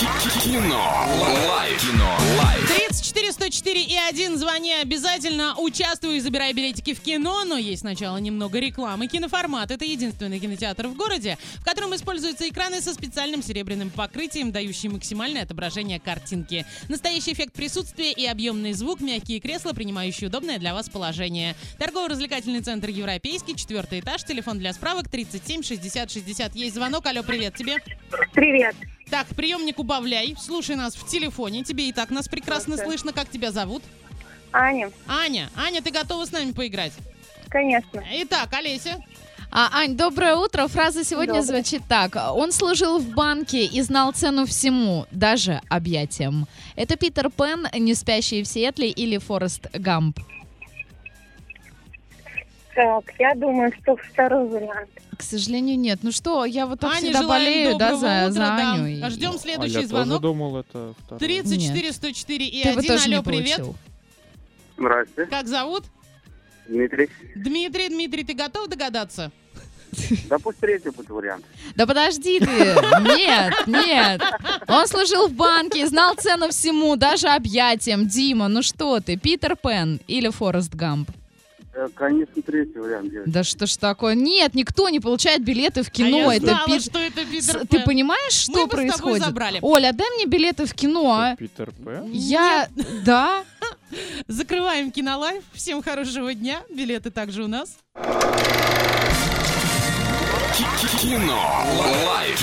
Кино. Лайф. Кино. Лайф. 34 104 и 1. Звони обязательно. Участвуй и забирай билетики в кино. Но есть сначала немного рекламы. Киноформат – это единственный кинотеатр в городе, в котором используются экраны со специальным серебряным покрытием, дающие максимальное отображение картинки. Настоящий эффект присутствия и объемный звук, мягкие кресла, принимающие удобное для вас положение. Торгово-развлекательный центр «Европейский», четвертый этаж, телефон для справок 37 60 60. Есть звонок. Алло, привет тебе. Привет. Так, приемник убавляй, слушай нас в телефоне, тебе и так нас прекрасно Окей. слышно. Как тебя зовут? Аня, Аня, Аня, ты готова с нами поиграть? конечно. Итак, Олеся, А, Ань, доброе утро. Фраза сегодня Доброе. звучит так. Он служил в банке и знал цену всему, даже объятиям. Это Питер Пен, не спящий в Сиэтле или Форест Гамп. Так, я думаю, что второй вариант. К сожалению, нет. Ну что, я вот так Аня, всегда желаем болею, да, доброго за, утра, за да. Аню. и- Ждем следующий а я тоже звонок. думал, это второй. 34 104 и Ты бы 1. тоже не Алло, привет. получил. Здравствуйте, Как зовут? Дмитрий. Дмитрий, Дмитрий, ты готов догадаться? А Да пусть третий будет вариант. Да подожди ты. Нет, нет. Он служил в банке и знал цену всему, даже объятиям. Дима, ну что ты, Питер Пен или Форест Гамп? Э, Конечно, третий вариант. девочки. Да что ж такое? Нет, никто не получает билеты в кино. а я это знала, Пит- что это С- Питер Ты Пен. понимаешь, что Мы бы с тобой происходит? забрали. Оля, дай мне билеты в кино. а. Питер П. Я, да. Закрываем кинолайф. Всем хорошего дня. Билеты также у нас. Кино. Лайф.